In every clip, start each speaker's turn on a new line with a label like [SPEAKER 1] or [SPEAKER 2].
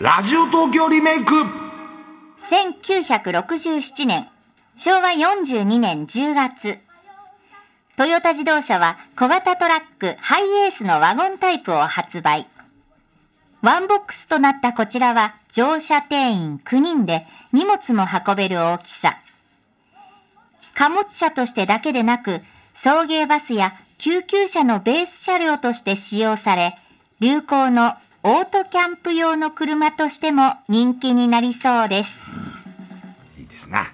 [SPEAKER 1] ラジオ東京リメイク
[SPEAKER 2] 1967年、昭和42年10月、トヨタ自動車は小型トラックハイエースのワゴンタイプを発売。ワンボックスとなったこちらは乗車定員9人で荷物も運べる大きさ。貨物車としてだけでなく、送迎バスや救急車のベース車両として使用され、流行のオートキャンプ用の車としても人気になりそうです。
[SPEAKER 1] いいですな。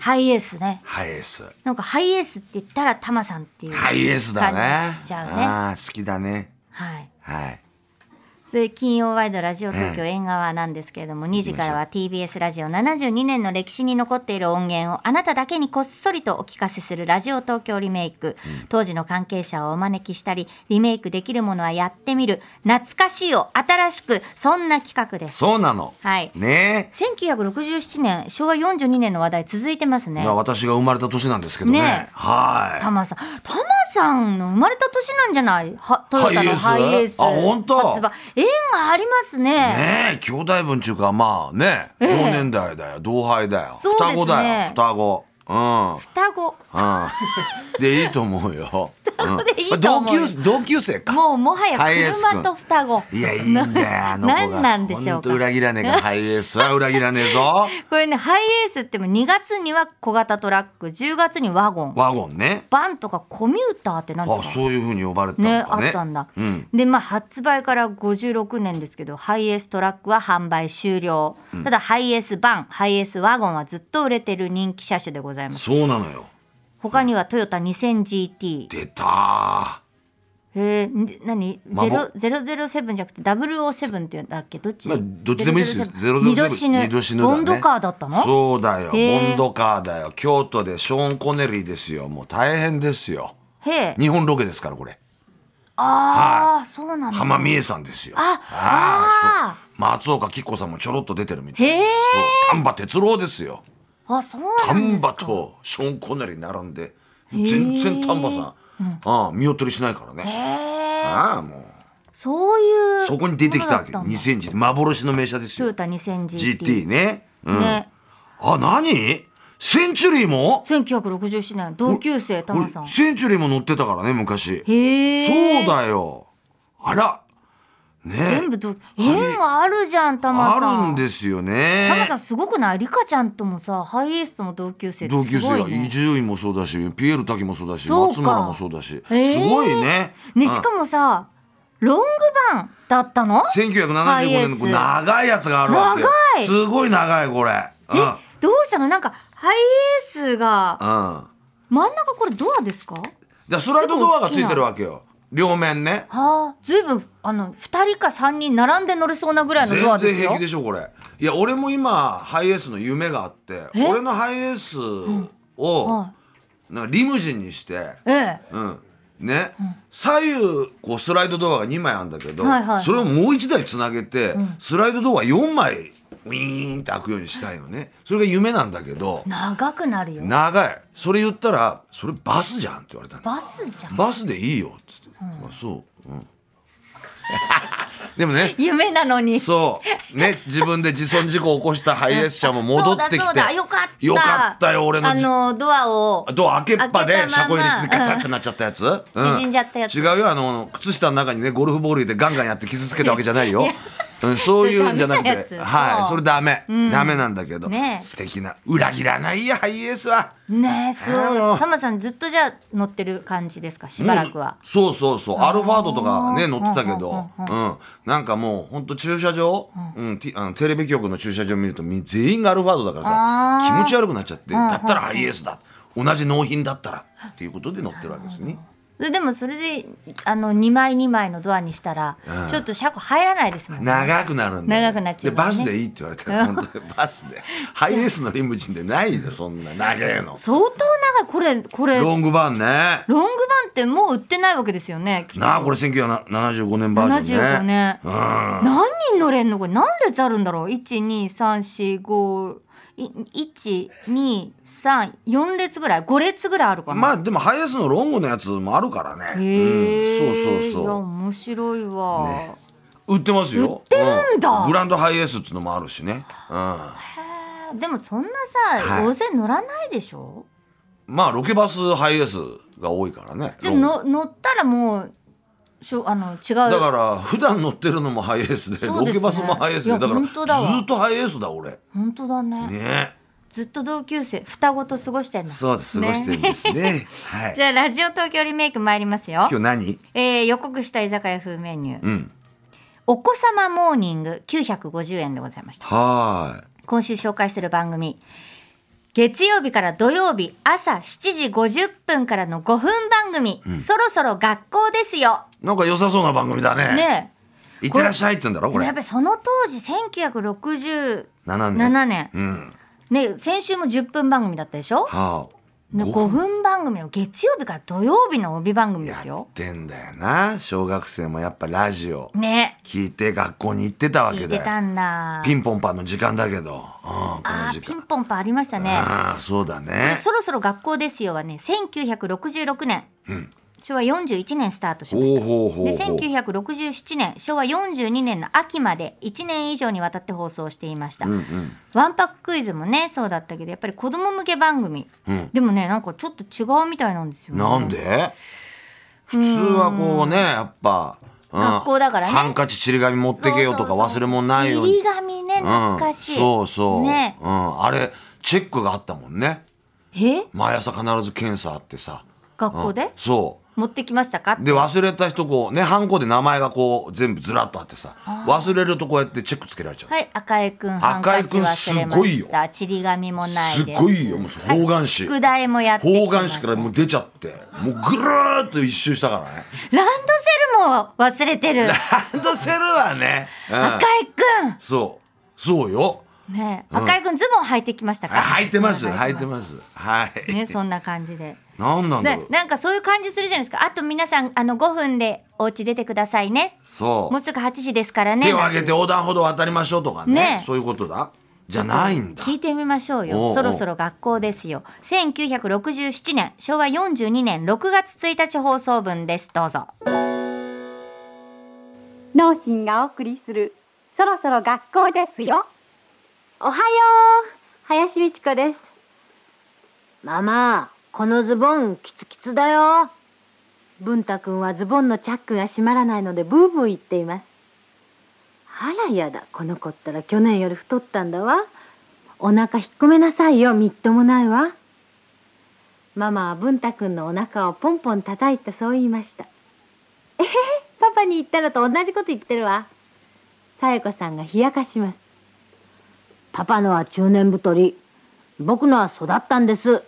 [SPEAKER 3] ハイエースね。
[SPEAKER 1] ハイエース。
[SPEAKER 3] なんかハイエースって言ったらタマさんっていう。
[SPEAKER 1] ハイエースだね。
[SPEAKER 3] 感じしちゃうね
[SPEAKER 1] ああ、好きだね。
[SPEAKER 3] はい。
[SPEAKER 1] はい。
[SPEAKER 3] それで金曜ワイドラジオ東京縁側なんですけれども、2時からは TBS ラジオ72年の歴史に残っている音源をあなただけにこっそりとお聞かせするラジオ東京リメイク、当時の関係者をお招きしたりリメイクできるものはやってみる懐かしいを新しくそんな企画です
[SPEAKER 1] そうなの。
[SPEAKER 3] はい
[SPEAKER 1] ね
[SPEAKER 3] 1967年昭和42年の話題続いてます
[SPEAKER 1] え。
[SPEAKER 3] ね
[SPEAKER 1] いや私が生まれた年なんですけどね。
[SPEAKER 3] ねえ
[SPEAKER 1] は
[SPEAKER 3] タマさんタマさんの生まれた年なんじゃないはトヨタのハ
[SPEAKER 1] ハイエース
[SPEAKER 3] イエース
[SPEAKER 1] あ本当
[SPEAKER 3] 発売縁があります
[SPEAKER 1] い。ねえ、兄弟分中か、まあね、
[SPEAKER 3] ええ
[SPEAKER 1] 同年代だよ、同輩だよ、
[SPEAKER 3] そうですね
[SPEAKER 1] 双子だよ、双子。うん。
[SPEAKER 3] 双子
[SPEAKER 1] うん、でいいと思うよ。
[SPEAKER 3] でいいと思うよ
[SPEAKER 1] うん同級生同級生か。
[SPEAKER 3] もうもはや
[SPEAKER 1] ハイエース君
[SPEAKER 3] 車と双子。
[SPEAKER 1] いやいいんだよあの子が。
[SPEAKER 3] 何なんでしょ
[SPEAKER 1] ほ
[SPEAKER 3] うん
[SPEAKER 1] と
[SPEAKER 3] か。
[SPEAKER 1] 裏切らねえからハイエースは裏切らねえぞ。
[SPEAKER 3] これねハイエースっても2月には小型トラック、10月にワゴン、
[SPEAKER 1] ワゴンね。
[SPEAKER 3] バンとかコミューターって何で
[SPEAKER 1] あ
[SPEAKER 3] すか。
[SPEAKER 1] そういう風に呼ばれた
[SPEAKER 3] ね
[SPEAKER 1] の
[SPEAKER 3] あ
[SPEAKER 1] かね。
[SPEAKER 3] ったんだ。
[SPEAKER 1] うん。
[SPEAKER 3] でまあ発売から56年ですけどハイエーストラックは販売終了、ただハイエースバンハイエースワゴンはずっと売れてる人気車種でございます
[SPEAKER 1] そうなのよ。
[SPEAKER 3] 他にはトヨタ 2000GT
[SPEAKER 1] 出た
[SPEAKER 3] へえで何
[SPEAKER 1] 孫
[SPEAKER 3] ゼロ007じゃなくて007って言うんだっけどっち、
[SPEAKER 1] まあどっちでもいいですよ
[SPEAKER 3] 007二度死ぬ
[SPEAKER 1] 二度死ぬだね
[SPEAKER 3] ボンドカーだったの
[SPEAKER 1] ー。そうだよ。
[SPEAKER 3] へー
[SPEAKER 1] ボンドカーだよ。京都でショーン・コネリーですよ。もう大変ですよ。
[SPEAKER 3] へえ
[SPEAKER 1] 日本ロケですからこれ。
[SPEAKER 3] ああ、そうなんだ
[SPEAKER 1] 浜美恵さんですよ。
[SPEAKER 3] ああ
[SPEAKER 1] そう松岡紀子さんもちょろっと出てるみたい。
[SPEAKER 3] へえ
[SPEAKER 1] そう丹波哲郎ですよ。
[SPEAKER 3] あそうなん
[SPEAKER 1] 丹
[SPEAKER 3] ですか
[SPEAKER 1] 波とショーン・コネリー並んで全然丹波さん、ああ見劣りしないからね、
[SPEAKER 3] へえ
[SPEAKER 1] ああも
[SPEAKER 3] そういう
[SPEAKER 1] うそこに出てきたわ
[SPEAKER 3] もの
[SPEAKER 1] け
[SPEAKER 3] だっんだ
[SPEAKER 1] 2000時幻の名車です
[SPEAKER 3] トヨ
[SPEAKER 1] よ
[SPEAKER 3] タ 2000GT
[SPEAKER 1] GT ね、うん、
[SPEAKER 3] ね
[SPEAKER 1] あ何センチュリーも
[SPEAKER 3] 1967年同級生タマさん
[SPEAKER 1] 俺センチュリーも乗ってたからね昔
[SPEAKER 3] へえ
[SPEAKER 1] そうだよあらね
[SPEAKER 3] 全部ど縁があるじゃんタマさん
[SPEAKER 1] あるんですよね
[SPEAKER 3] タマさんすごくないリカちゃんともさハイエースとも同級生って
[SPEAKER 1] 同級
[SPEAKER 3] すご
[SPEAKER 1] 生
[SPEAKER 3] い
[SPEAKER 1] が
[SPEAKER 3] ね
[SPEAKER 1] 伊集院もそうだしピエール滝もそうだし
[SPEAKER 3] そうか
[SPEAKER 1] 松村もそうだし、
[SPEAKER 3] ええ
[SPEAKER 1] すごいね
[SPEAKER 3] ねしかもさロングバンだったのハ
[SPEAKER 1] 1975
[SPEAKER 3] イエ
[SPEAKER 1] 年
[SPEAKER 3] ー
[SPEAKER 1] の
[SPEAKER 3] ス
[SPEAKER 1] これ長いやつがあるわけよ
[SPEAKER 3] 長い
[SPEAKER 1] すごい長いこれうんうん
[SPEAKER 3] どうしたのなんかハイエースが真ん中これドアですか
[SPEAKER 1] でスライドドアがついてるわけよ両面ね
[SPEAKER 3] はあ、ずいぶんあの二人か三人並んで乗れそうなぐらいの
[SPEAKER 1] 全
[SPEAKER 3] ドアで
[SPEAKER 1] 然
[SPEAKER 3] す
[SPEAKER 1] 平
[SPEAKER 3] よ
[SPEAKER 1] 気。でしょこれいや俺も今ハイエースの夢があって
[SPEAKER 3] え
[SPEAKER 1] 俺のハイエースを
[SPEAKER 3] は
[SPEAKER 1] なんかリムジンにして
[SPEAKER 3] い、ええ、
[SPEAKER 1] うんね、左右こうスライドドアが2枚あるんだけど、
[SPEAKER 3] はいはいはい
[SPEAKER 1] それをもう1台つなげて、スライドドア4枚ウィーンって開くようにしたいのねそれが夢なんだけど
[SPEAKER 3] 長くなるよ。
[SPEAKER 1] 長いそれ言ったら「それバスじゃん」って言われたんです
[SPEAKER 3] バスじゃん。
[SPEAKER 1] バスでいいよっつって、まあそううん でもね
[SPEAKER 3] 夢なのに。
[SPEAKER 1] そうね自分で自損事故を起こしたハイエースちゃんも戻ってきて
[SPEAKER 3] そうだそうだ、よかった。
[SPEAKER 1] よかったよ俺の
[SPEAKER 3] あ
[SPEAKER 1] じ
[SPEAKER 3] のドアを。
[SPEAKER 1] ドア開けっぱで
[SPEAKER 3] 開けた
[SPEAKER 1] 車
[SPEAKER 3] まま
[SPEAKER 1] 庫入れしてガチャってなっちゃったやつ、うん
[SPEAKER 3] 縮んじゃったやつ
[SPEAKER 1] 違うよあの靴下の中にねゴルフボール入れてガンガンやって傷つけたわけじゃないようん、そういうんじゃなく
[SPEAKER 3] それダメなやつ
[SPEAKER 1] てはい
[SPEAKER 3] そう
[SPEAKER 1] それダメ、ダメなんだけど、
[SPEAKER 3] ねえ
[SPEAKER 1] 素敵な裏切らないやハイエースは
[SPEAKER 3] ねえ、
[SPEAKER 1] あの
[SPEAKER 3] そう。タマさんずっとじゃあ乗ってる感じですか、しばらくは。
[SPEAKER 1] そうそうそうアルファードとかね乗ってたけど
[SPEAKER 3] うん
[SPEAKER 1] うんなんかもうほんと駐車場うんティあのテレビ局の駐車場見るとみ全員がアルファードだから
[SPEAKER 3] あ
[SPEAKER 1] さ
[SPEAKER 3] ー
[SPEAKER 1] 気持ち悪くなっちゃってだったらハイエースだ同じ納品だったらっていうことで乗ってるわけですね
[SPEAKER 3] ででもそれであの二枚二枚のドアにしたら、ちょっと車庫入らないですもんね。
[SPEAKER 1] 長くなるんだよ
[SPEAKER 3] 長くなっちゃう
[SPEAKER 1] で
[SPEAKER 3] から
[SPEAKER 1] バス
[SPEAKER 3] ね
[SPEAKER 1] でいいって言われたら本当にバスでハイエースのリムジンでないよそんな長えの
[SPEAKER 3] 相当長いこれこれ。
[SPEAKER 1] ロングバンね
[SPEAKER 3] ロングバンってもう売ってないわけですよね。きっと
[SPEAKER 1] なあこれ1975年バージョンね
[SPEAKER 3] 75年
[SPEAKER 1] うん
[SPEAKER 3] 何人乗れんのこれ何列あるんだろう123451234列ぐらい5列ぐらいあるかな、
[SPEAKER 1] まあでもハイエースのロングのやつもあるからね、
[SPEAKER 3] へえ、
[SPEAKER 1] うん、そうそう
[SPEAKER 3] いや
[SPEAKER 1] そう
[SPEAKER 3] 面白いわ、
[SPEAKER 1] ね売ってますよ売って
[SPEAKER 3] るんだ
[SPEAKER 1] グランドハイエースっつうのもあるしね、うん、
[SPEAKER 3] あでもそんな
[SPEAKER 1] は
[SPEAKER 3] さ
[SPEAKER 1] い
[SPEAKER 3] 大勢乗らないでしょ
[SPEAKER 1] まあロケバスハイエースが多いからね
[SPEAKER 3] じゃあ
[SPEAKER 1] ロング
[SPEAKER 3] の乗ったらもうしょあの違う
[SPEAKER 1] だから普段乗ってるのもハイエースで
[SPEAKER 3] そう
[SPEAKER 1] ロ
[SPEAKER 3] ですね
[SPEAKER 1] ケバスもハイエースで
[SPEAKER 3] いや
[SPEAKER 1] だから
[SPEAKER 3] 本
[SPEAKER 1] ず
[SPEAKER 3] 当だわ
[SPEAKER 1] ーっとハイエースだ俺
[SPEAKER 3] 本当だね
[SPEAKER 1] ね
[SPEAKER 3] ずっと同級生双子と過ごしてんの
[SPEAKER 1] そうです過ごしてるんですねはい
[SPEAKER 3] じゃあラジオ東京リメイク参りますよ
[SPEAKER 1] 今日何
[SPEAKER 3] えー予告した居酒屋風メニュー、
[SPEAKER 1] うん
[SPEAKER 3] お子様モーニング950円でございました
[SPEAKER 1] はーい
[SPEAKER 3] 今週紹介する番組月曜日から土曜日朝7時50分からの5分番組、そろそろ学校ですよ
[SPEAKER 1] なんか良さそうな番組だね
[SPEAKER 3] ね
[SPEAKER 1] いってらっしゃいって言うんだろ
[SPEAKER 3] え
[SPEAKER 1] こ
[SPEAKER 3] や
[SPEAKER 1] れ
[SPEAKER 3] っぱりその当時1967
[SPEAKER 1] 7年
[SPEAKER 3] 年、
[SPEAKER 1] うん
[SPEAKER 3] ね、先週も10分番組だったでしょ
[SPEAKER 1] はあ
[SPEAKER 3] の5分番組を月曜日から土曜日の帯番組で
[SPEAKER 1] や
[SPEAKER 3] すよ
[SPEAKER 1] っ。てんだよな小学生もやっぱラジオ
[SPEAKER 3] ね
[SPEAKER 1] 聞いて学校に行ってたわ
[SPEAKER 3] 聞
[SPEAKER 1] け
[SPEAKER 3] いて
[SPEAKER 1] だ
[SPEAKER 3] た
[SPEAKER 1] よ
[SPEAKER 3] んだ。
[SPEAKER 1] ピンポンパンの時間だけど、うん、こ
[SPEAKER 3] あ
[SPEAKER 1] の
[SPEAKER 3] ー
[SPEAKER 1] 時
[SPEAKER 3] ピン
[SPEAKER 1] 間
[SPEAKER 3] ポンパンありましたね。
[SPEAKER 1] ああそうだね
[SPEAKER 3] でそろそろ学校ですよはね1966年、昭和41年スタートしまし
[SPEAKER 1] ほう
[SPEAKER 3] た。
[SPEAKER 1] ほうほうほう
[SPEAKER 3] で1967年昭和42年の秋まで1年以上にわたって放送していました、ワンパククイズもねそうだったけどやっぱり子供向け番組、
[SPEAKER 1] うん
[SPEAKER 3] でもねなんかちょっと違うみたいなんですよね
[SPEAKER 1] なんで普通はこうねやっぱ、うん
[SPEAKER 3] 学校だからね
[SPEAKER 1] ハンカチちり紙持ってけよとか忘れ物ないよう
[SPEAKER 3] ち
[SPEAKER 1] に
[SPEAKER 3] り紙ね懐かし
[SPEAKER 1] う
[SPEAKER 3] い、
[SPEAKER 1] ん、そうそう、
[SPEAKER 3] ね
[SPEAKER 1] うん、あれチェックがあったもんね
[SPEAKER 3] え
[SPEAKER 1] 毎朝必ず検査あってさ
[SPEAKER 3] 学校
[SPEAKER 1] うん
[SPEAKER 3] で
[SPEAKER 1] そう
[SPEAKER 3] 持ってきましたか
[SPEAKER 1] で忘れた人こうねハンコで名前がこう全部ずらっとあってさ忘れるとこうやってチェックつけられちゃう、
[SPEAKER 3] はい赤井くんハン
[SPEAKER 1] 赤
[SPEAKER 3] カ
[SPEAKER 1] 井
[SPEAKER 3] チ
[SPEAKER 1] くん
[SPEAKER 3] 忘れましたちり紙もない
[SPEAKER 1] す
[SPEAKER 3] です
[SPEAKER 1] ごいよもう方眼紙、
[SPEAKER 3] 副題もやってきて
[SPEAKER 1] 方
[SPEAKER 3] ま
[SPEAKER 1] 眼
[SPEAKER 3] す
[SPEAKER 1] 紙からもう出ちゃってもうぐるーっと一周したからね
[SPEAKER 3] ランドセルも忘れて る
[SPEAKER 1] ハンドセルはね、うん
[SPEAKER 3] 赤井く
[SPEAKER 1] そうそうよ
[SPEAKER 3] んねえ、赤井くんズボン履いてきましたか
[SPEAKER 1] あ履いてます
[SPEAKER 3] うん
[SPEAKER 1] 履いてますはい、
[SPEAKER 3] ねそんな感じで
[SPEAKER 1] 何なんだ
[SPEAKER 3] で
[SPEAKER 1] ろう
[SPEAKER 3] なんかそういう感じするじゃないですかあと皆さんあの5分でお家出てくださいね
[SPEAKER 1] そ
[SPEAKER 3] もう
[SPEAKER 1] う
[SPEAKER 3] すぐ8時ですからね
[SPEAKER 1] 手を挙げて横断歩道渡りましょうとかね
[SPEAKER 3] ね
[SPEAKER 1] そういうことだじゃないんだ
[SPEAKER 3] 聞いてみまし
[SPEAKER 1] お
[SPEAKER 3] ょう
[SPEAKER 1] うお
[SPEAKER 3] よ
[SPEAKER 1] う
[SPEAKER 3] そろそろ学校ですよ1967年昭和42年6月1日放送分ですど うぞ
[SPEAKER 4] 農心がお送りするそろそろ学校ですよおはよう林美智子ですママこのズボンキツキツだよ文太くんはズボンのチャックが閉まらないのでブーブー言っていますあらやだこの子ったら去年より太ったんだわお腹引っ込めなさいよみっともないわママは文太くんのお腹をポンポン叩いてそう言いましたパパに言ったのと同じこと言ってるわ。さやこさんが冷やかします。パパのは中年太り。僕のは育ったんです。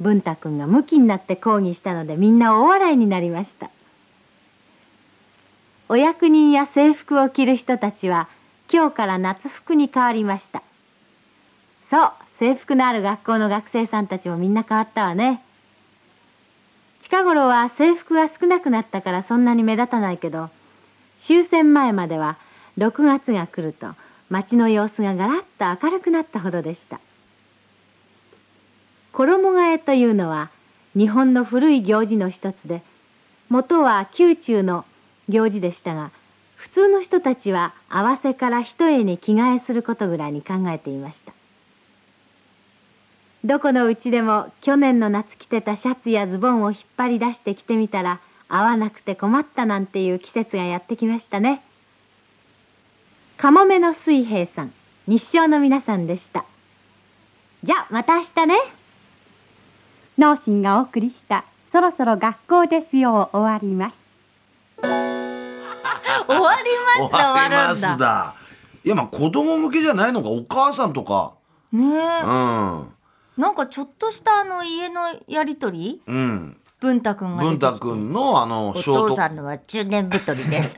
[SPEAKER 4] 文太くんがムキになって抗議したのでみんな大笑いになりました。お役人や制服を着る人たちは今日から夏服に変わりました。そう、制服のある学校の学生さんたちもみんな変わったわね。近頃は制服が少なくなったからそんなに目立たないけど終戦前までは6月が来ると街の様子がガラッと明るくなったほどでした衣替えというのは日本の古い行事の一つで元は宮中の行事でしたが普通の人たちは合わせから一重に着替えすることぐらいに考えていましたどこのうちでも去年の夏着てたシャツやズボンを引っ張り出して着てみたら合わなくて困ったなんていう季節がやってきましたね。かもめの水平さん、日照の皆さんでした。じゃあまた明日ね。農心がお送りした、そろそろ学校ですよを終わります。
[SPEAKER 3] 終わりますだ終わるんだ
[SPEAKER 1] だいやまあ子供向けじゃないのかお母さんとか
[SPEAKER 3] ね
[SPEAKER 1] うん
[SPEAKER 3] えなんかちょっとしたあの家のやりとり
[SPEAKER 1] うん
[SPEAKER 3] 文太くんが出
[SPEAKER 1] 文
[SPEAKER 3] てきて
[SPEAKER 1] 太くんのあの
[SPEAKER 3] お
[SPEAKER 1] ショ
[SPEAKER 3] 父
[SPEAKER 1] ート
[SPEAKER 3] さんのは中年太り です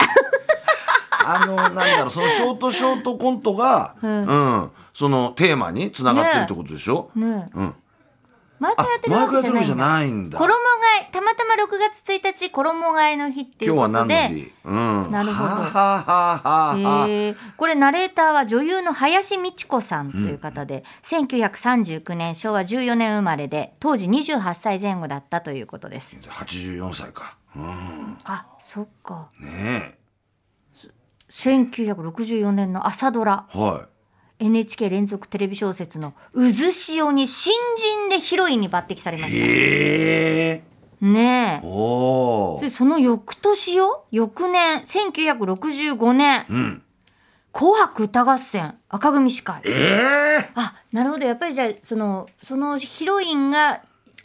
[SPEAKER 1] あのなんだろうそのショートショートコントが、うんそのテーマにつながってるってことでしょ、
[SPEAKER 3] ねえ
[SPEAKER 1] うん
[SPEAKER 3] 毎
[SPEAKER 1] あ
[SPEAKER 3] 回やってる
[SPEAKER 1] マイ
[SPEAKER 3] わ
[SPEAKER 1] クや
[SPEAKER 3] け
[SPEAKER 1] っ
[SPEAKER 3] じ
[SPEAKER 1] て
[SPEAKER 3] ゃ
[SPEAKER 1] るわ
[SPEAKER 3] な
[SPEAKER 1] け
[SPEAKER 3] い
[SPEAKER 1] じゃない
[SPEAKER 3] んだ
[SPEAKER 1] んだ
[SPEAKER 3] 衣替えたまたま6月1日衣替えの日ってい
[SPEAKER 1] 今日
[SPEAKER 3] うこ
[SPEAKER 1] は
[SPEAKER 3] と
[SPEAKER 1] 何の
[SPEAKER 3] で
[SPEAKER 1] 日うん
[SPEAKER 3] なるほど
[SPEAKER 1] はあはあはあはあ
[SPEAKER 3] えーこれナレーターは女優の林美智子さんという方で、1939年昭和14年生まれで当時28歳前後だったということです
[SPEAKER 1] 84歳か、うん、
[SPEAKER 3] あそっか
[SPEAKER 1] ねえ
[SPEAKER 3] 1964年の朝ドラ
[SPEAKER 1] は
[SPEAKER 3] NHK 連続テレビ小説の「渦潮」に新人でヒロインに抜擢されま
[SPEAKER 1] い。
[SPEAKER 3] し
[SPEAKER 1] へえ。
[SPEAKER 3] たねえ
[SPEAKER 1] お
[SPEAKER 3] そ
[SPEAKER 1] お
[SPEAKER 3] れ。その翌年よ翌年1965年
[SPEAKER 1] うん。
[SPEAKER 3] 「紅白歌合戦赤組司会
[SPEAKER 1] え」え
[SPEAKER 3] あなるほどやっぱりじゃあそのそのヒロインが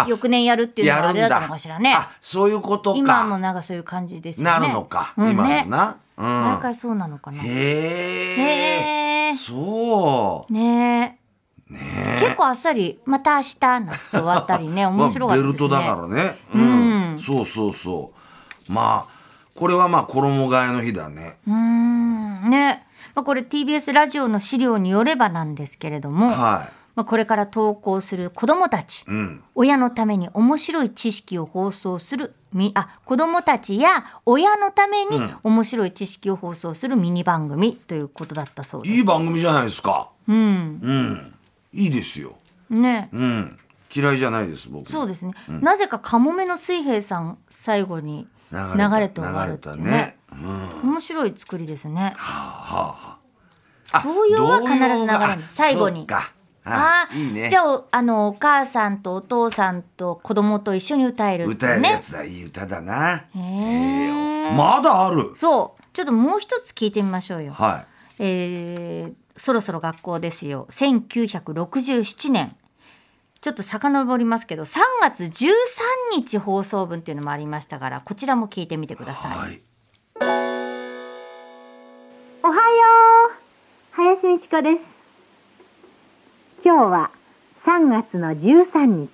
[SPEAKER 3] 翌年やるっていう
[SPEAKER 1] や
[SPEAKER 3] のは
[SPEAKER 1] る
[SPEAKER 3] あ
[SPEAKER 1] ん
[SPEAKER 3] れ
[SPEAKER 1] だ。
[SPEAKER 3] だったのかしらね
[SPEAKER 1] あ、そういうことか。
[SPEAKER 3] 今もなんかそういう感じですよね
[SPEAKER 1] なるのか。
[SPEAKER 3] うんね
[SPEAKER 1] 今もな。う
[SPEAKER 3] 毎
[SPEAKER 1] ん。
[SPEAKER 3] 回そうなのかなへ
[SPEAKER 1] へえ。
[SPEAKER 3] え
[SPEAKER 1] そう。
[SPEAKER 3] ねえ結構あっさり「また明日」なんつって終わったりね面白かったですね、
[SPEAKER 1] まあ、ベルトだからね、
[SPEAKER 3] う
[SPEAKER 1] うんん、そうそうそうまあこれはまあ衣替えの日だね
[SPEAKER 3] うーんね、まあ、これ TBS ラジオの資料によればなんですけれども、
[SPEAKER 1] は
[SPEAKER 3] まあ、これから投稿する子どもたち、
[SPEAKER 1] いうん
[SPEAKER 3] 親のために面白い知識を放送するみあ子どもたちや親のために
[SPEAKER 1] うん
[SPEAKER 3] 面白い知識を放送するミニ番組ということだったそうです。
[SPEAKER 1] いい番組じゃないですか
[SPEAKER 3] うん
[SPEAKER 1] うんいいですよ
[SPEAKER 3] ね、
[SPEAKER 1] うん嫌いじゃないです僕
[SPEAKER 3] そうですね、なぜかカモメの水平さん最後に流れて終わるっていう
[SPEAKER 1] 流れ
[SPEAKER 3] ね
[SPEAKER 1] たね
[SPEAKER 3] 面白い作りですね。
[SPEAKER 1] あ
[SPEAKER 3] 童謡は必ず流れ
[SPEAKER 1] 童
[SPEAKER 3] る
[SPEAKER 1] 謡があ
[SPEAKER 3] 最後に
[SPEAKER 1] そっか
[SPEAKER 3] あ
[SPEAKER 1] あいいね
[SPEAKER 3] じゃあおあのお母さんとお父さんと子供と一緒に歌えるっ
[SPEAKER 1] 歌
[SPEAKER 3] てい
[SPEAKER 1] え
[SPEAKER 3] う
[SPEAKER 1] るや
[SPEAKER 3] ね。
[SPEAKER 1] つだいい歌だな
[SPEAKER 3] へ
[SPEAKER 1] え
[SPEAKER 3] え
[SPEAKER 1] えまだある
[SPEAKER 3] そうちょっともう一つ聞いてみましょうよ。
[SPEAKER 1] は
[SPEAKER 3] えーそろそろ学校ですよ1967年ちょっと遡りますけど3月13日放送分っていうのもありましたからこちらも聞いてみてくだ
[SPEAKER 1] い
[SPEAKER 3] さい。
[SPEAKER 1] はい
[SPEAKER 4] おはよう林美智子です今日は3月の13日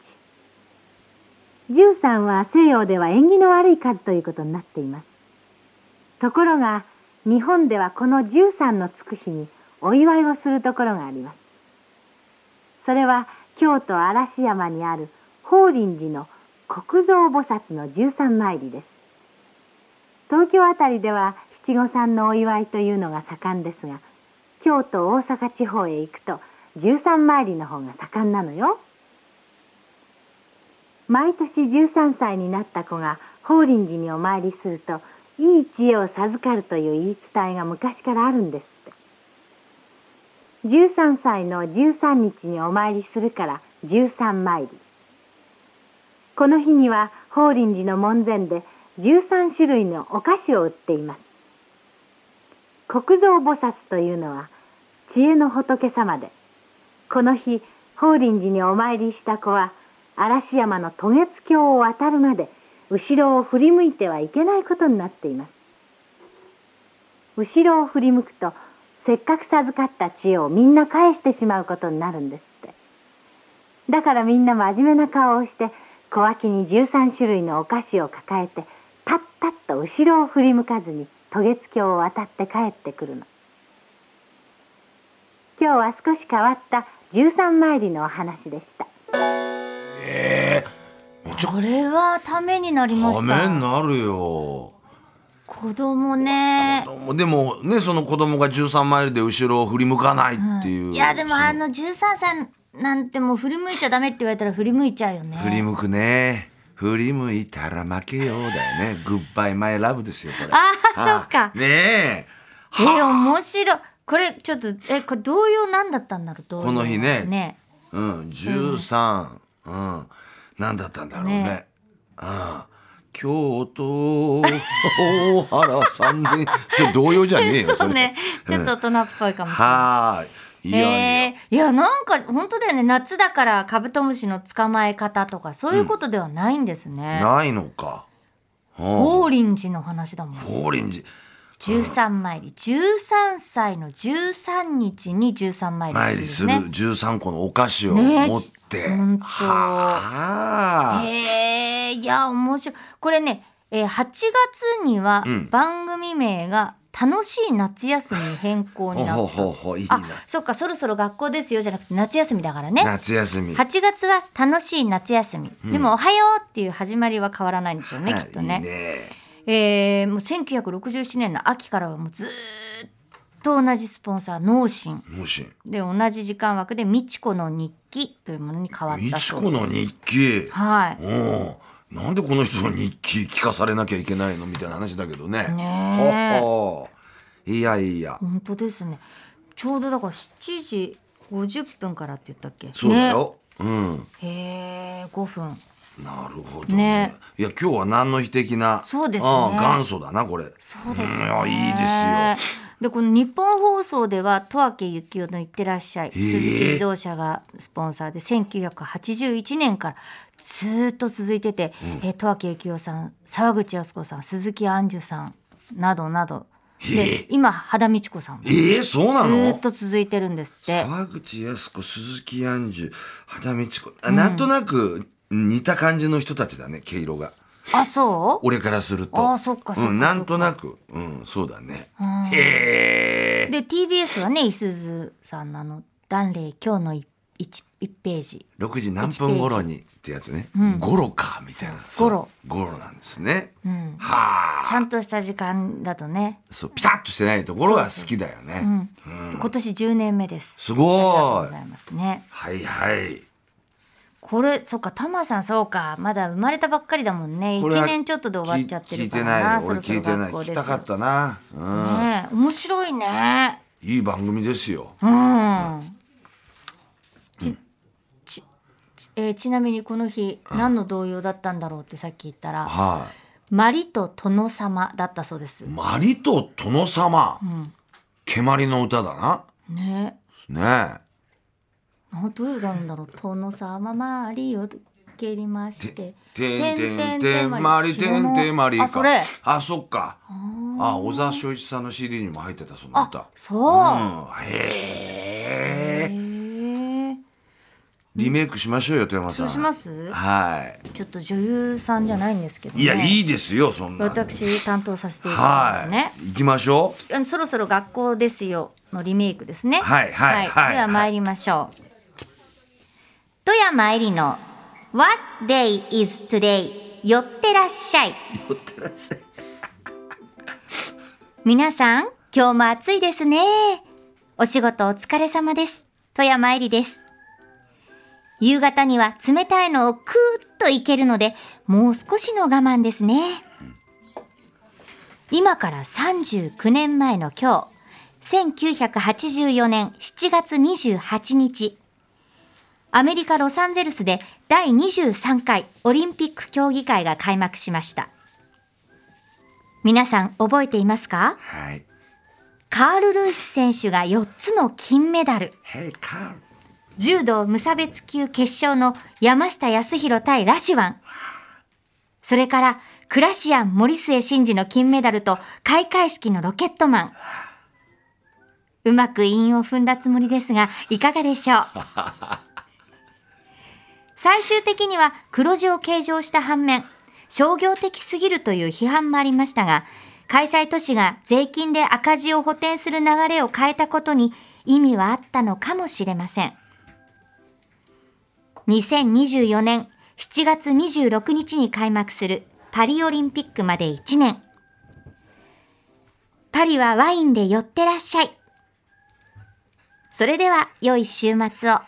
[SPEAKER 4] 13は西洋では縁起の悪い数ということになっていますところが日本ではこの13のつく日にお祝いをするところがありますそれは京都嵐山にある法輪寺の国蔵菩薩の13参りです東京あたりでは七五三のお祝いというのが盛んですが京都大阪地方へ行くと十三参りの方が盛んなのよ毎年13歳になった子が法輪寺にお参りするといい知恵を授かるという言い伝えが昔からあるんですって13歳の13日にお参りするから13参りこの日には法輪寺の門前で13種類のお菓子を売っています国蔵菩薩というのは知恵の仏様でこの日法輪寺にお参りした子は嵐山の渡月橋を渡るまで後ろを振り向いてはいけないことになっています後ろを振り向くとせっかく授かった知恵をみんな返してしまうことになるんですってだからみんな真面目な顔をして小脇に13種類のお菓子を抱えてパッパッと後ろを振り向かずに渡月橋を渡って帰ってくるの今日は少し変わった13参りのお話でした
[SPEAKER 3] これはためになりま
[SPEAKER 1] た
[SPEAKER 3] し
[SPEAKER 1] めに
[SPEAKER 3] た
[SPEAKER 1] なるよ
[SPEAKER 3] 子供ね
[SPEAKER 1] でもねその子供が13マイルで後ろを振り向かないっていう、
[SPEAKER 3] いやでも
[SPEAKER 1] その
[SPEAKER 3] あの13歳なんてもう振り向いちゃダメって言われたら振り向いちゃうよね
[SPEAKER 1] 振り向くね振り向いたら負けようだよね グッバイマイラブですよこれ
[SPEAKER 3] あー
[SPEAKER 1] はい
[SPEAKER 3] そうか
[SPEAKER 1] ねえ
[SPEAKER 3] え面白いこれちょっとえこれ童謡なんだったんだろう童謡
[SPEAKER 1] この日ね
[SPEAKER 3] ね
[SPEAKER 1] うん13うん何だったんだろうね
[SPEAKER 3] ね
[SPEAKER 1] うん京都大原三千 それ童謡じゃねえよ
[SPEAKER 3] そうねち
[SPEAKER 1] それ
[SPEAKER 3] ょっと大人っぽいかもしれない
[SPEAKER 1] はーいいやいや、
[SPEAKER 3] えーいやなんか本当だよね夏だからカブトムシの捕まえ方とかそういうことではないんですね、
[SPEAKER 1] ないのか
[SPEAKER 3] 法
[SPEAKER 1] 法
[SPEAKER 3] 輪寺の話だもん
[SPEAKER 1] 輪寺
[SPEAKER 3] 13参り13歳の13日に13参り
[SPEAKER 1] 参りす
[SPEAKER 3] ん
[SPEAKER 1] る
[SPEAKER 3] ですね
[SPEAKER 1] 13個のお菓子を
[SPEAKER 3] ね
[SPEAKER 1] 持って、
[SPEAKER 3] ほんと
[SPEAKER 1] はあ、
[SPEAKER 3] へえいや面白いこれね、えー8月には
[SPEAKER 1] うん
[SPEAKER 3] 番組名が「楽しい夏休み」変更にな
[SPEAKER 1] ほ
[SPEAKER 3] っ
[SPEAKER 1] う
[SPEAKER 3] た、
[SPEAKER 1] ほうほういいな
[SPEAKER 3] あそっかそろそろ学校ですよじゃなくて夏休みだからね
[SPEAKER 1] 夏休み
[SPEAKER 3] 8月は楽しい夏休み、でも「おはよう」っていう始まりは変わらないんでしょうね、
[SPEAKER 1] は
[SPEAKER 3] きっとね
[SPEAKER 1] いいね
[SPEAKER 3] えーもう1967年の秋からはもうずーっと同じスポンサー農心
[SPEAKER 1] もし
[SPEAKER 3] で同じ時間枠で「美智子の日記」というものに変わっ
[SPEAKER 1] 美
[SPEAKER 3] た
[SPEAKER 1] 智
[SPEAKER 3] そう
[SPEAKER 1] 子
[SPEAKER 3] です
[SPEAKER 1] の日記
[SPEAKER 3] はい
[SPEAKER 1] うんなんでこの人の日記聞かされなきゃいけないのみたいな話だけどね
[SPEAKER 3] ねえ
[SPEAKER 1] ほほいやいや。
[SPEAKER 3] 本当ですねちょうどだから7時50分からって言ったっけ
[SPEAKER 1] そうだよ。うん。
[SPEAKER 3] ねへえ5分
[SPEAKER 1] なるほどね。
[SPEAKER 3] ね
[SPEAKER 1] いや今日は何の日的な。
[SPEAKER 3] そうですね
[SPEAKER 1] ん元祖だなこれ。
[SPEAKER 3] そうですね、
[SPEAKER 1] んいやいいです
[SPEAKER 3] よでこの日本放送では十明幸男の「いってらっしゃい」
[SPEAKER 1] え
[SPEAKER 3] 鈴木自動車がスポンサーで1981年からずーっと続いてて、えー十明幸男さん沢口靖子さん鈴木杏樹さんなどなど
[SPEAKER 1] へえ
[SPEAKER 3] で今羽田美智子さんもず
[SPEAKER 1] ええそうな
[SPEAKER 3] ー
[SPEAKER 1] の。
[SPEAKER 3] っと続いてるんですって
[SPEAKER 1] 沢口靖子、鈴木杏樹、肌道子、あなんとなく似た感じの人たちだね毛色が。
[SPEAKER 3] あそう
[SPEAKER 1] 俺からすると。
[SPEAKER 3] あーそっかそっか
[SPEAKER 1] うんなんとなくうんそうだね。
[SPEAKER 3] ん
[SPEAKER 1] へえ。
[SPEAKER 3] で TBS はねいすずさんのあの「檀れい今日の一一一ページ
[SPEAKER 1] 6時何分頃にってやつね、ゴロかみたいな
[SPEAKER 3] そうゴロ
[SPEAKER 1] ゴロなんですね、」
[SPEAKER 3] うん
[SPEAKER 1] はあ
[SPEAKER 3] ちゃんとした時間だとね
[SPEAKER 1] そうピタッとしてないところが好きだよね
[SPEAKER 3] 今年10年目です。
[SPEAKER 1] す
[SPEAKER 3] ありがとう
[SPEAKER 1] ご
[SPEAKER 3] ご
[SPEAKER 1] い
[SPEAKER 3] ざいますね。
[SPEAKER 1] はいはい
[SPEAKER 3] これそっかタマさんそうかまだ生まれたばっかりだもんね。一
[SPEAKER 1] これは
[SPEAKER 3] 年ちょっとで終わっちゃってるからな。
[SPEAKER 1] 聞聞いてないよ俺聞いてない聞きたかったな、うん
[SPEAKER 3] ねえ面白いね。
[SPEAKER 1] いい番組ですよ
[SPEAKER 3] うん。ちちちえーちなみにこの日何の動揺だったんだろうってさっき言ったら、
[SPEAKER 1] は
[SPEAKER 3] マリと殿様だったそうです
[SPEAKER 1] い、。マリと殿様、蹴鞠の歌だ
[SPEAKER 3] ね
[SPEAKER 1] なね
[SPEAKER 3] え。なんどういう歌なんだろう。殿様マリを蹴りまして。
[SPEAKER 1] えてんてんてんマリてんてんマリか
[SPEAKER 3] あそれ。
[SPEAKER 1] あそっかあ小沢昭一さんの CD にも入ってたその歌
[SPEAKER 3] あそう、
[SPEAKER 1] うん、へえ
[SPEAKER 3] へえ
[SPEAKER 1] リメイクしましょうよ富山さ
[SPEAKER 3] そ
[SPEAKER 1] ん
[SPEAKER 3] うします
[SPEAKER 1] は
[SPEAKER 3] ちょっと女優さんじゃないんですけど、
[SPEAKER 1] い
[SPEAKER 3] ね、
[SPEAKER 1] いや、いいですよそんなの
[SPEAKER 3] 私担当させていただきます
[SPEAKER 1] は
[SPEAKER 3] ね、
[SPEAKER 1] い行きましょ
[SPEAKER 3] あのそろそろ学校ですよのリメイクですね
[SPEAKER 1] はいはいはい
[SPEAKER 3] では参りましょう、富山えりの What day is today 寄ってらっしゃい寄ってらっしゃい皆さん今日も暑いですねお仕事お疲れ様です富山えりです夕方には冷たいのをクーッといけるのでもう少しの我慢ですね今から39年前の今日、1984年7月28日、アメリカ・ロサンゼルスで第23回オリンピック競技会が開幕しました。皆さん覚えていますか
[SPEAKER 1] うはい
[SPEAKER 3] カール・ルース選手が4つの金メダル。
[SPEAKER 1] Hey Carl
[SPEAKER 3] 柔道無差別級決勝の山下泰裕対ラシワン。それから、クラシアン森末慎二の金メダルと開会式のロケットマン。うまく韻を踏んだつもりですが、いかがでしょう最終的には黒字を計上した反面、商業的すぎるという批判もありましたが、開催都市が税金で赤字を補填する流れを変えたことに意味はあったのかもしれません。2024年7月26日に開幕するパリオリンピックまで1年。パリはワインで寄ってらっしゃい。それでは、良い週末を。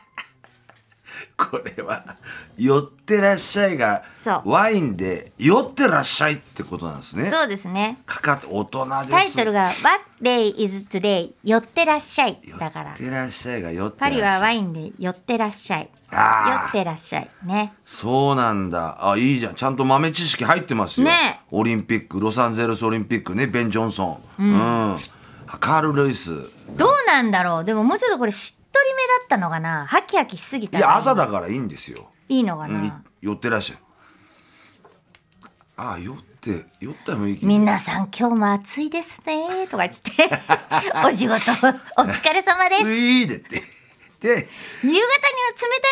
[SPEAKER 1] これは寄ってらっしゃいが
[SPEAKER 3] そう
[SPEAKER 1] ワインで酔ってらっしゃいってことなんですね
[SPEAKER 3] そうですね。
[SPEAKER 1] かかって大人です
[SPEAKER 3] タイトルが What day is today? 寄ってらっしゃい。だか
[SPEAKER 1] 寄
[SPEAKER 3] ら
[SPEAKER 1] っ、てらっしゃいが酔ってらっ
[SPEAKER 3] パ
[SPEAKER 1] しゃい
[SPEAKER 3] リはワインで寄ってらっしゃい。寄
[SPEAKER 1] あー
[SPEAKER 3] ってらっしゃい。ね。
[SPEAKER 1] そうなんだ。あ、いいじゃん。ちゃんと豆知識入ってますよ。
[SPEAKER 3] ね
[SPEAKER 1] オリンピック、ロサンゼルスオリンピックね、ベン・ジョンソン。うん。あカール・ルイス。
[SPEAKER 3] どうなんだろうでももうちょっとこれしっとりめだったのかなハキハキしすぎ
[SPEAKER 1] い
[SPEAKER 3] た
[SPEAKER 1] や、朝
[SPEAKER 3] だ。
[SPEAKER 1] だからいいんですよ。
[SPEAKER 3] いいのかな、
[SPEAKER 1] い寄ってらっしゃい。あ、酔って、酔った雰囲気。
[SPEAKER 3] 皆さん今日も暑いですねとか言 ってお仕事お疲れ様です
[SPEAKER 1] ういーでって。で、
[SPEAKER 3] 夕方には冷たい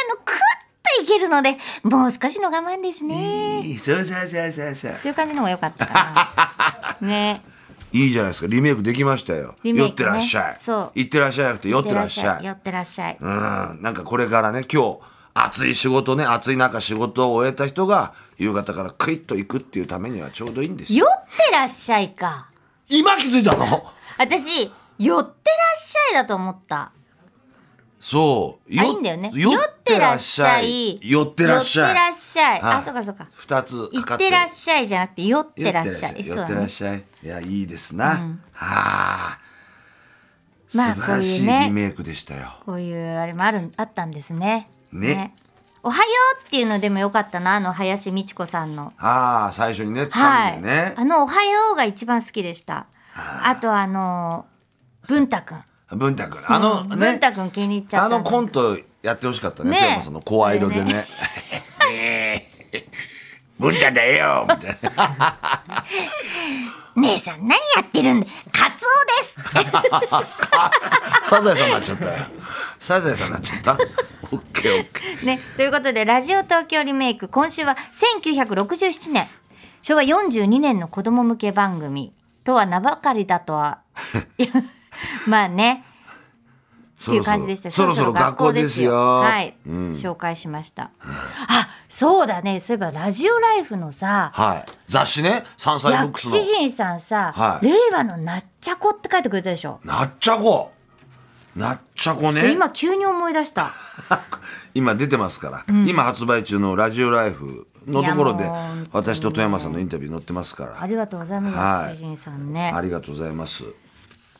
[SPEAKER 3] のクッといけるのでもう少しの我慢ですね
[SPEAKER 1] そうそうそうそうそう。
[SPEAKER 3] そういう感じの方が良かったか なね
[SPEAKER 1] いいじゃないですか。リメイクできましたよ。
[SPEAKER 3] リメイクね
[SPEAKER 1] 酔ってらっしゃい。
[SPEAKER 3] そう
[SPEAKER 1] 行ってらっしゃいなくて、酔ってらっしゃい
[SPEAKER 3] 寄。ってらっしゃい
[SPEAKER 1] うん、なんかこれからね、今日、暑い仕事ね、暑い中仕事を終えた人が、夕方からクイッと行くっていうためにはちょうどいいんですよ。
[SPEAKER 3] 寄ってらっしゃいか
[SPEAKER 1] 今気づいたの
[SPEAKER 3] 私寄ってらっしゃいだと思った
[SPEAKER 1] そう。
[SPEAKER 3] あ
[SPEAKER 1] よ
[SPEAKER 3] いいんだよね
[SPEAKER 1] 酔ってらっしゃい。
[SPEAKER 3] 寄
[SPEAKER 1] 寄
[SPEAKER 3] っ
[SPEAKER 1] ってて
[SPEAKER 3] ら
[SPEAKER 1] ら
[SPEAKER 3] っ
[SPEAKER 1] っ
[SPEAKER 3] し
[SPEAKER 1] し
[SPEAKER 3] ゃ
[SPEAKER 1] ゃ
[SPEAKER 3] い
[SPEAKER 1] い。
[SPEAKER 3] 寄ってらっしゃい
[SPEAKER 1] はい
[SPEAKER 3] あそうかそうか
[SPEAKER 1] 二つ
[SPEAKER 3] 行
[SPEAKER 1] かか
[SPEAKER 3] っ
[SPEAKER 1] って
[SPEAKER 3] てらっ
[SPEAKER 1] ゃ
[SPEAKER 3] しゃいじゃなくて寄っ
[SPEAKER 1] い。寄
[SPEAKER 3] てらっしゃい
[SPEAKER 1] ってらっしゃい。寄ってらっしゃい。いや、いいですな。はあ。
[SPEAKER 3] まあ
[SPEAKER 1] 素晴らしい
[SPEAKER 3] こういうね
[SPEAKER 1] リメイクでしたよ。
[SPEAKER 3] こういうあれもあるあったんですね。
[SPEAKER 1] ね
[SPEAKER 3] おはようっていうのでもよかったなあの林美智子さんの。
[SPEAKER 1] ああ、最初にね、つ
[SPEAKER 3] は
[SPEAKER 1] か
[SPEAKER 3] い。
[SPEAKER 1] んでね。
[SPEAKER 3] あのおはようが一番好きでした。あとあの文太くん。
[SPEAKER 1] 文太君。あの
[SPEAKER 3] うん文
[SPEAKER 1] ね、
[SPEAKER 3] 太くん気に入っちゃ
[SPEAKER 1] あ
[SPEAKER 3] った。
[SPEAKER 1] のコントやってほしかったね、
[SPEAKER 3] ね
[SPEAKER 1] 富山さんの声色でね。 文太だよみたいな。
[SPEAKER 3] 姉さん何やってるんだ。カツオです。
[SPEAKER 1] サザエさんになっちゃったよ。サザエさんになっちゃ った。オッケーオッケ ー。
[SPEAKER 3] ね、ということでラジオ東京リメイク今週は1967年昭和42年の子供向け番組とは名ばかりだ とはいやまあねっていう感じでした
[SPEAKER 1] そろそろ学校ですよ。
[SPEAKER 3] はい、
[SPEAKER 1] うん
[SPEAKER 3] 紹介しましたあそうだねそういえばラジオライフのさ
[SPEAKER 1] はい。雑誌ね、山菜ブッ
[SPEAKER 3] 薬
[SPEAKER 1] クスの
[SPEAKER 3] 師。陣さんさ、
[SPEAKER 1] はい
[SPEAKER 3] 令和のなっちゃこって書いてくれたでしょ、
[SPEAKER 1] なっちゃこ。なっちゃこ
[SPEAKER 3] それ
[SPEAKER 1] ね。
[SPEAKER 3] 今急に思い出した
[SPEAKER 1] 今出てますから、今発売中のラジオライフのところで
[SPEAKER 3] いやもう本当にね
[SPEAKER 1] 私と富山さんのインタビュー載ってますから
[SPEAKER 3] ありがとうございます、
[SPEAKER 1] はい
[SPEAKER 3] 薬師陣さんね
[SPEAKER 1] ありがとうございます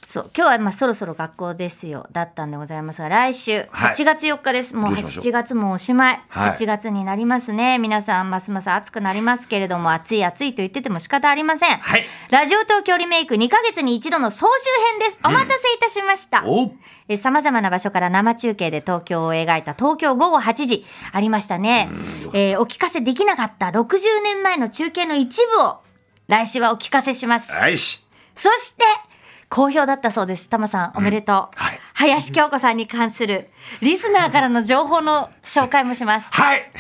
[SPEAKER 3] そう今日はまあそろそろ学校ですよだったんでございますが来週
[SPEAKER 1] はい
[SPEAKER 3] 8月4日です、もう
[SPEAKER 1] どうしましょう
[SPEAKER 3] 8月もおしまい、
[SPEAKER 1] はい
[SPEAKER 3] 8月になりますね皆さんますます暑くなりますけれども暑い暑いと言ってても仕方ありません、
[SPEAKER 1] はい
[SPEAKER 3] ラジオ東京リメイク2ヶ月に一度の総集編ですお待たせいたしました、
[SPEAKER 1] お
[SPEAKER 3] えさまざまな場所から生中継で東京を描いた東京午後8時ありましたね、えーお聞かせできなかった60年前の中継の一部を来週はお聞かせします
[SPEAKER 1] はいし
[SPEAKER 3] そして、好評だったそうです。タマさん、おめでとう。
[SPEAKER 1] はい
[SPEAKER 3] 林京子さんに関する、リスナーからの情報の紹介もします。
[SPEAKER 1] はい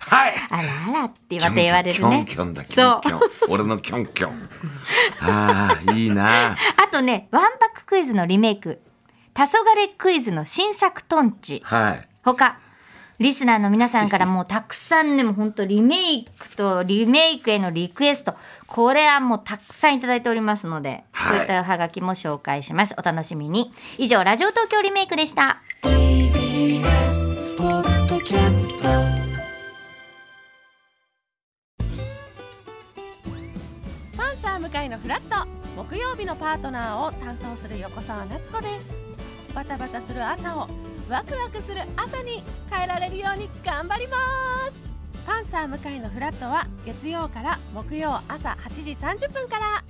[SPEAKER 1] はい
[SPEAKER 3] あらあらってまた言われ
[SPEAKER 1] キ
[SPEAKER 3] る
[SPEAKER 1] ョン
[SPEAKER 3] ね
[SPEAKER 1] キ。ョンだキ
[SPEAKER 3] そ
[SPEAKER 1] ョ
[SPEAKER 3] う
[SPEAKER 1] ンキョン俺のキョンキョンああいいな
[SPEAKER 3] あとね、ワンパッククイズのリメイク、黄昏クイズの新作トンチ、
[SPEAKER 1] はい
[SPEAKER 3] 他、リスナーの皆さんからもうたくさんね、もう本当リメイクとリメイクへのリクエスト、これはもうたくさんいただいておりますので、
[SPEAKER 1] はい
[SPEAKER 3] そういったおはがきも紹介します。お楽しみに。以上、ラジオ東京リメイクでした。
[SPEAKER 5] ポッドキャスト
[SPEAKER 6] パンサー向かいのフラット木曜日のパートナーを担当する横澤夏子ですバタバタする朝をワクワクする朝に変えられるように頑張りますパンサー向かいのフラットは月曜から木曜朝8時30分から